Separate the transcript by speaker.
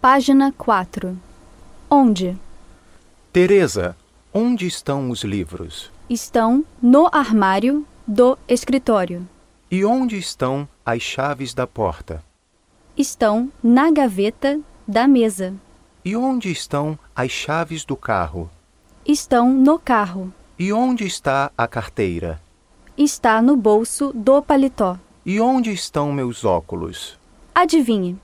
Speaker 1: Página 4. Onde?
Speaker 2: Teresa, onde estão os livros?
Speaker 1: Estão no armário do escritório.
Speaker 2: E onde estão as chaves da porta?
Speaker 1: Estão na gaveta da mesa.
Speaker 2: E onde estão as chaves do carro?
Speaker 1: Estão no carro.
Speaker 2: E onde está a carteira?
Speaker 1: Está no bolso do paletó.
Speaker 2: E onde estão meus óculos?
Speaker 1: Adivinhe.